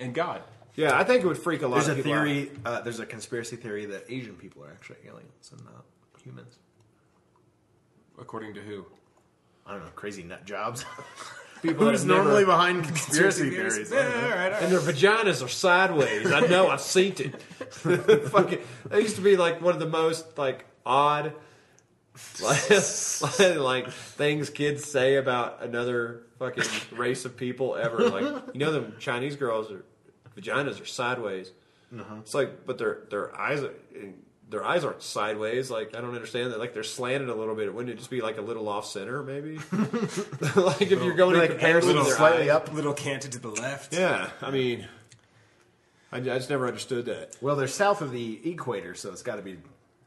Speaker 3: and God.
Speaker 2: yeah, I think it would freak a lot
Speaker 4: There's
Speaker 2: of
Speaker 4: a
Speaker 2: people out.
Speaker 4: theory. Uh, there's a conspiracy theory that Asian people are actually aliens and not humans.
Speaker 3: According to who?
Speaker 4: I don't know, crazy nut jobs.
Speaker 2: People
Speaker 4: Who's
Speaker 2: that have
Speaker 4: normally
Speaker 2: never-
Speaker 4: behind conspiracy theories? I
Speaker 3: Yeah,
Speaker 4: don't know.
Speaker 3: all right, all right.
Speaker 2: and their vaginas are sideways. I know, I've seen it. Fucking, that used to be like one of the most like odd, like, like things kids say about another fucking race of people ever. Like you know, them Chinese girls are vaginas are sideways. It's like, but their their eyes are. Their eyes aren't sideways. Like I don't understand that. Like they're slanted a little bit. Wouldn't it just be like a little off center, maybe? like if you're going in
Speaker 4: Like
Speaker 2: comparison to
Speaker 4: angled
Speaker 2: their
Speaker 4: slightly
Speaker 2: eyes.
Speaker 4: up.
Speaker 3: Little canted to the left.
Speaker 2: Yeah, I mean, I, I just never understood that.
Speaker 4: Well, they're south of the equator, so it's got to be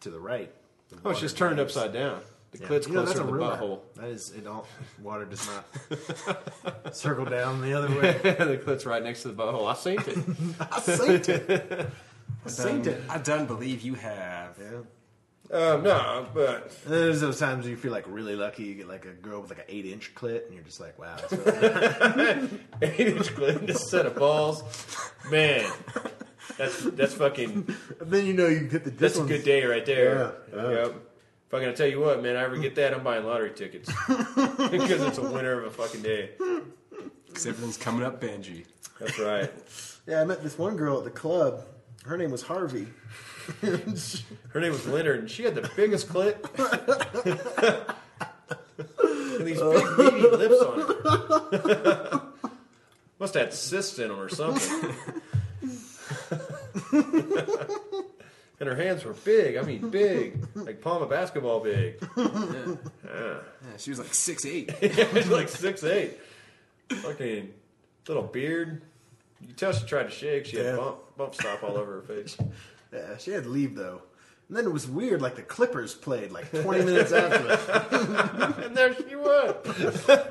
Speaker 4: to the right.
Speaker 2: Oh,
Speaker 4: The
Speaker 2: it's
Speaker 4: water
Speaker 2: just turned
Speaker 4: varies.
Speaker 2: upside down. The
Speaker 4: Yeah.
Speaker 2: clit's
Speaker 4: You know,
Speaker 2: closer
Speaker 4: that's
Speaker 2: to
Speaker 4: a
Speaker 2: the
Speaker 4: rumor.
Speaker 2: butthole.
Speaker 4: That is, it all water does not circle down the other way.
Speaker 2: the clit's right next to the butthole. I seen it.
Speaker 4: I saint it. I
Speaker 3: I
Speaker 4: saint it.
Speaker 3: Um, I done believe you have.
Speaker 4: Yeah. And
Speaker 2: um, no, but
Speaker 4: there's those times you feel like really lucky. You get like a girl with like an eight inch clit, and you're just like, wow. That's really
Speaker 2: eight-inch clit and a set of balls, man. That's that's fucking.
Speaker 4: and then you know you hit the. this
Speaker 2: That's a
Speaker 4: one's-
Speaker 2: good day right there.
Speaker 4: Yeah, yeah.
Speaker 2: Yep. If I gotta tell you what, man, I ever get that, I'm buying lottery tickets because it's a winner of a fucking day.
Speaker 3: Because everything's coming up, Benji.
Speaker 2: That's right.
Speaker 4: Yeah, I met this one girl at the club. Her name was Harvey.
Speaker 2: Her name was Leonard, and she had the biggest clit. and these big meaty lips on her. Must have had cysts in them or something. and her hands were big. I mean, big, like palm of basketball big.
Speaker 3: Yeah, she was like six eight.
Speaker 2: She's like six eight. Fucking little beard. You tell she tried to shake. She had
Speaker 4: Yeah.
Speaker 2: bump bump stop all over her face.
Speaker 4: Yeah, she had to leave though. And then it was weird. Like the Clippers played like 20 minutes after that.
Speaker 2: And there she was,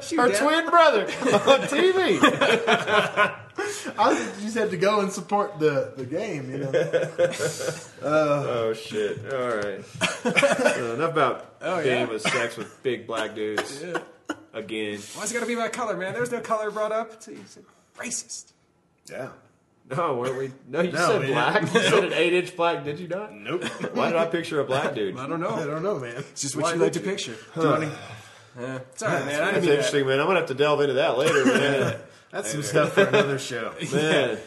Speaker 4: She
Speaker 2: her
Speaker 4: down-
Speaker 2: twin brother on TV.
Speaker 4: I think you just had to go and support the, the game, you know.
Speaker 2: Oh shit! All right. so enough about
Speaker 3: Oh,
Speaker 2: being
Speaker 3: yeah.
Speaker 2: with sex with big black dudes again.
Speaker 3: Why's it gotta be my color, man? There's no color brought up. It's, it's racist.
Speaker 4: Yeah.
Speaker 2: No, weren't we? No, you
Speaker 4: No,
Speaker 2: said
Speaker 4: we
Speaker 2: black. You said an eight-inch black. Did you not?
Speaker 4: Nope.
Speaker 2: Why did I picture a black dude?
Speaker 3: I don't know.
Speaker 4: I don't know, man.
Speaker 3: It's just what you like to picture. Yeah. It's all
Speaker 2: That's
Speaker 3: right, man. I didn't mean that.
Speaker 2: interesting, man. I'm gonna have to delve into that later, man.
Speaker 4: That's some stuff for another show.
Speaker 2: man,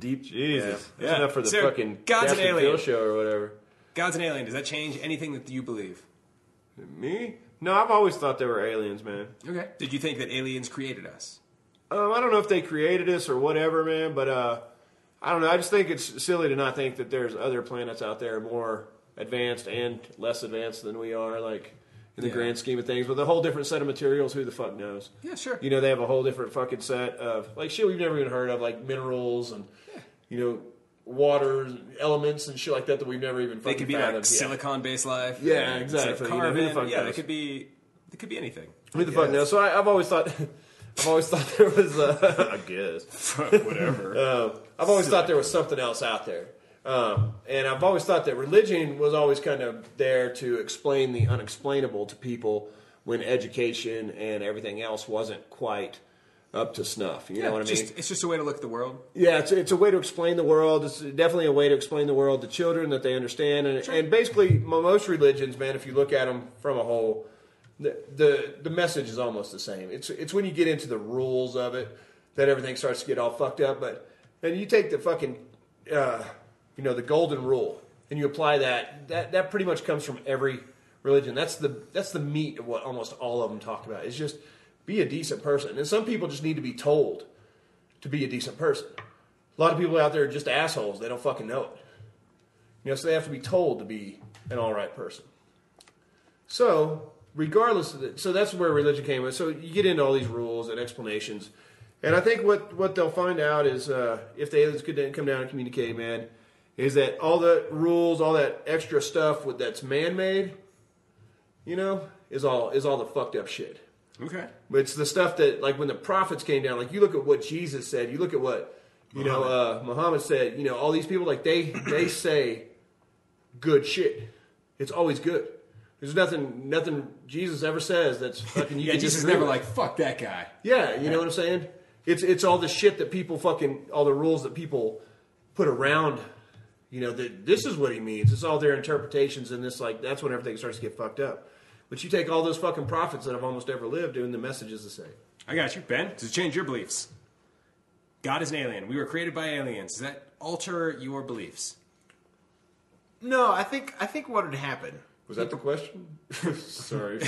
Speaker 2: deep Jesus. That's
Speaker 3: Yeah.
Speaker 2: enough for the
Speaker 3: So,
Speaker 2: fucking
Speaker 3: God's an
Speaker 2: Captain
Speaker 3: alien.
Speaker 2: Phil show or whatever.
Speaker 3: God's an alien. Does that change anything that you believe?
Speaker 2: Me? No, I've always thought they were aliens, man.
Speaker 3: Okay. Did you think that aliens created us?
Speaker 2: Um, I don't know if they created us or whatever, man, but uh, I don't know. I just think it's silly to not think that there's other planets out there more advanced and less advanced than we are, like in the
Speaker 3: Yeah.
Speaker 2: grand scheme of things, with a whole different set of materials. Who the fuck knows?
Speaker 3: Yeah, sure.
Speaker 2: You know, they have a whole different fucking set of like shit we've never even heard of, like minerals and you know water elements and shit like that that we've never even fucking
Speaker 3: They could be
Speaker 2: fathomed.
Speaker 3: like
Speaker 2: Yeah.
Speaker 3: silicon-based life.
Speaker 2: Yeah,
Speaker 3: and
Speaker 2: exactly.
Speaker 3: instead of
Speaker 2: You know, who the
Speaker 3: Carbon.
Speaker 2: fuck
Speaker 3: yeah,
Speaker 2: knows?
Speaker 3: they could be. They could be anything.
Speaker 2: Who the fuck
Speaker 4: Yes.
Speaker 2: knows? So I, I've always thought, I've always thought there was, uh, I guess.
Speaker 3: Whatever.
Speaker 2: Um, I've always thought there was something else out there. Um, and I've always thought that religion was always kind of there to explain the unexplainable to people when education and everything else wasn't quite up to snuff. You know what I mean?
Speaker 3: just, It's just a way to look at the world.
Speaker 2: Yeah, it's, it's a way to explain the world. It's definitely a way to explain the world to children that they understand. And, and basically, m- most religions, man, if you look at them from a whole, the, the the message is almost the same. It's it's when you get into the rules of it that everything starts to get all fucked up. But and you take the fucking, uh, you know, the golden rule and you apply that. That that pretty much comes from every religion. That's the that's the meat of what almost all of them talk about. It's just be a decent person. And some people just need to be told to be a decent person. A lot of people out there are just assholes. They don't fucking know it. You know, so they have to be told to be an all right person. So, regardless of that, so that's where religion came in. So you get into all these rules and explanations, and I think what what they'll find out is uh, if the aliens could come down and communicate, man, is that all the rules, all that extra stuff with, that's man made, you know, is all is all the fucked up shit.
Speaker 3: Okay.
Speaker 2: But it's the stuff that, like, when the prophets came down, like, you look at what Jesus said, you look at what, you know, uh, Muhammad said, you know, all these people, like, they, they say good shit. It's always good. There's nothing, nothing Jesus ever says that's fucking you
Speaker 3: Yeah,
Speaker 2: can
Speaker 3: Jesus is
Speaker 2: disagree
Speaker 3: never
Speaker 2: with.
Speaker 3: like, fuck that guy.
Speaker 2: Yeah, you know what I'm saying? It's it's all the shit that people fucking all the rules that people put around. You know that this is what he means. It's all their interpretations, and this like that's when everything starts to get fucked up. But you take all those fucking prophets that have almost ever lived, and the message is the same.
Speaker 3: I got you. Ben, does it change your beliefs? God is an alien. We were created by aliens. Does that alter your beliefs?
Speaker 4: No, I think I think what had happened.
Speaker 2: Was that the question? Sorry.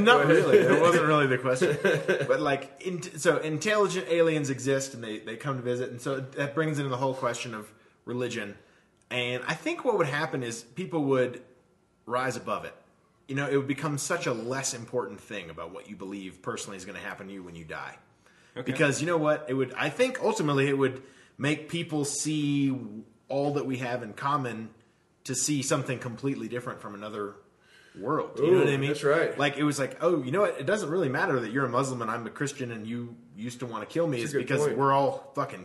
Speaker 4: Not really. It wasn't really the question. But like, in, so intelligent aliens exist, and they they come to visit, and so that brings into the whole question of religion. And I think what would happen is people would rise above it. You know, it would become such a less important thing about what you believe personally is going to happen to you when you die. Because you know what? It would I think ultimately it would make people see all that we have in common to see something completely different from another world. You know what I
Speaker 2: Ooh,
Speaker 4: mean?
Speaker 2: that's right.
Speaker 4: Like it was like, oh, you know what? It doesn't really matter that you're a Muslim and I'm a Christian and you used to want to kill me is
Speaker 2: a good
Speaker 4: because
Speaker 2: point.
Speaker 4: we're all fucking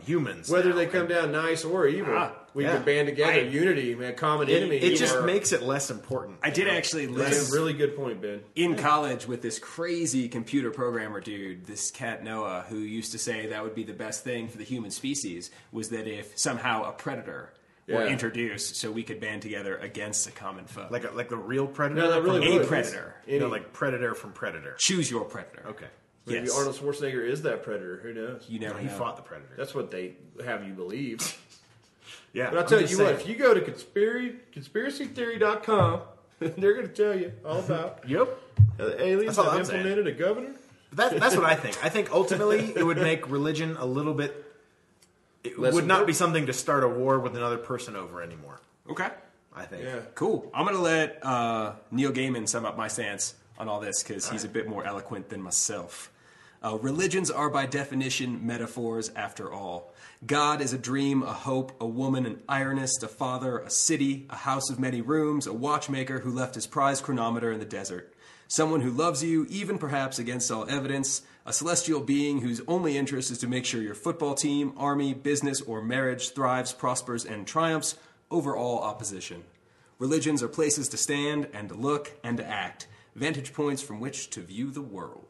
Speaker 4: humans.
Speaker 2: Whether
Speaker 4: now.
Speaker 2: they come down nice or evil, we
Speaker 4: Ah, yeah.
Speaker 2: can band together, unity, man, common
Speaker 4: it,
Speaker 2: enemy.
Speaker 4: it just
Speaker 2: or-
Speaker 4: makes it less important.
Speaker 3: I did actually
Speaker 2: That's
Speaker 3: live
Speaker 2: a really good point, Ben.
Speaker 3: in college with this crazy computer programmer dude, this cat Noah, who used to say that would be the best thing for the human species was that if somehow a predator were
Speaker 2: Yeah.
Speaker 3: introduced, so we could band together against a common foe.
Speaker 4: like a, like the real predator.
Speaker 2: No, that really
Speaker 4: from-
Speaker 3: a
Speaker 2: would.
Speaker 3: predator.
Speaker 4: You know,
Speaker 2: Any-
Speaker 4: like predator from predator.
Speaker 3: Choose your predator.
Speaker 4: Okay,
Speaker 2: Maybe
Speaker 3: yes.
Speaker 2: Arnold Schwarzenegger is that predator. Who knows?
Speaker 3: You never
Speaker 4: he
Speaker 3: know.
Speaker 4: fought the predator.
Speaker 2: That's what they have you believe.
Speaker 4: yeah,
Speaker 2: But I'll
Speaker 4: I'm
Speaker 2: tell you
Speaker 4: just
Speaker 2: what,
Speaker 4: saying.
Speaker 2: if you go to conspiracy, conspiracytheory.com, they're going to tell you all about
Speaker 4: Yep.
Speaker 2: how the aliens
Speaker 4: That's all
Speaker 2: have
Speaker 4: I'm saying.
Speaker 2: implemented a governor.
Speaker 4: That, that's what I think. I think ultimately it would make religion a little bit. It
Speaker 2: Less
Speaker 4: would not be
Speaker 2: important.
Speaker 4: something to start a war with another person over anymore.
Speaker 3: Okay.
Speaker 4: I think.
Speaker 2: Yeah.
Speaker 3: Cool. I'm going to let uh, Neil Gaiman sum up my stance on all this because he's a bit more eloquent than myself. Uh, religions are by definition metaphors, after all. God is a dream, a hope, a woman, an ironist, a father, a city, a house of many rooms, a watchmaker who left his prize chronometer in the desert, someone who loves you, even perhaps against all evidence, a celestial being whose only interest is to make sure your football team, army, business, or marriage thrives, prospers, and triumphs over all opposition. Religions are places to stand and to look and to act, vantage points from which to view the world.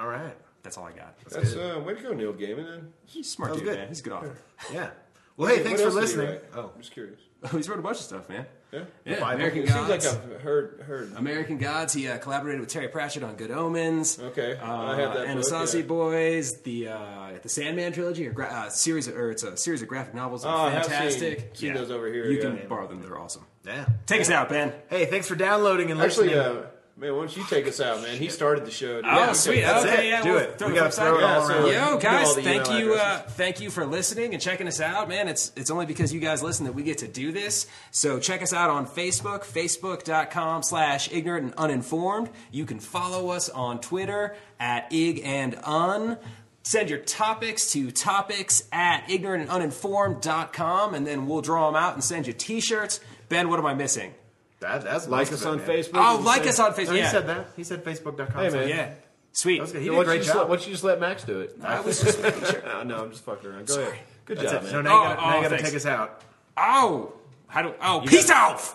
Speaker 4: All right.
Speaker 3: That's all I got.
Speaker 2: That's uh, way to go, Neil Gaiman. Then.
Speaker 3: He's a smart
Speaker 4: That was
Speaker 3: dude,
Speaker 4: good.
Speaker 3: man. He's a good author.
Speaker 4: Yeah. Well, hey,
Speaker 2: What
Speaker 4: thanks for
Speaker 2: else did he
Speaker 4: listening.
Speaker 2: write?
Speaker 4: Oh,
Speaker 2: I'm just curious.
Speaker 3: He's wrote a bunch of stuff, man.
Speaker 2: Yeah.
Speaker 3: Yeah,
Speaker 4: Bible.
Speaker 3: American
Speaker 2: It
Speaker 3: Gods.
Speaker 2: seems like I've heard heard.
Speaker 3: American Gods. He uh, collaborated with Terry Pratchett on Good Omens.
Speaker 2: Okay,
Speaker 3: uh,
Speaker 2: I have that book,
Speaker 3: Anasazi
Speaker 2: yeah.
Speaker 3: Boys, the uh, the Sandman trilogy, or gra- uh, series, of, or it's a series of graphic novels. that
Speaker 2: Oh,
Speaker 3: are
Speaker 2: I have seen-
Speaker 3: fantastic.
Speaker 2: seen those over here,
Speaker 3: You
Speaker 2: yeah.
Speaker 3: can borrow them; they're awesome.
Speaker 4: yeah.
Speaker 3: Take us out, Ben.
Speaker 4: Hey, thanks for downloading and
Speaker 2: Actually,
Speaker 4: listening.
Speaker 2: uh, man, why don't you take us out, man? He started the show. dude.
Speaker 3: Oh,
Speaker 2: Yeah,
Speaker 3: sweet.
Speaker 2: that's
Speaker 3: okay,
Speaker 4: it.
Speaker 3: yeah,
Speaker 4: Do
Speaker 3: we'll
Speaker 4: it.
Speaker 3: Throw
Speaker 4: We
Speaker 3: it
Speaker 4: gotta
Speaker 3: upside
Speaker 4: throw it
Speaker 3: down.
Speaker 2: all around.
Speaker 3: Yo,
Speaker 2: Get
Speaker 3: guys,
Speaker 2: all the
Speaker 3: thank
Speaker 2: email
Speaker 3: you, uh,
Speaker 2: addresses.
Speaker 3: thank you for listening and checking us out, man. It's it's only because you guys listen that we get to do this. So check us out on Facebook, facebook.com slash ignorant and uninformed. You can follow us on Twitter at ig and un. Send your topics to topics at ignorantanduninformed.com, and then we'll draw them out and send you T-shirts. Ben, what am I missing?
Speaker 4: that, that's
Speaker 2: Like
Speaker 4: most
Speaker 2: us
Speaker 4: of it,
Speaker 2: on
Speaker 4: man.
Speaker 2: Facebook.
Speaker 3: Oh,
Speaker 2: Did you
Speaker 3: like
Speaker 2: say-
Speaker 3: us on Facebook.
Speaker 4: No, He
Speaker 3: Yeah,
Speaker 4: said that. He said Facebook.com.
Speaker 2: Hey, man.
Speaker 3: yeah, sweet.
Speaker 4: That was good. He
Speaker 2: Why don't you
Speaker 4: did a great
Speaker 2: just let-
Speaker 4: job.
Speaker 2: why don't you just let Max do it?
Speaker 3: I was just making sure.
Speaker 2: Uh, no, I'm just fucking around. Go ahead. Good
Speaker 4: That's
Speaker 2: job,
Speaker 4: it.
Speaker 2: man.
Speaker 4: So now
Speaker 3: Oh,
Speaker 4: you gotta- now
Speaker 3: oh,
Speaker 4: you got to
Speaker 3: thanks.
Speaker 4: take us out.
Speaker 3: Oh, how do? Oh, peace out.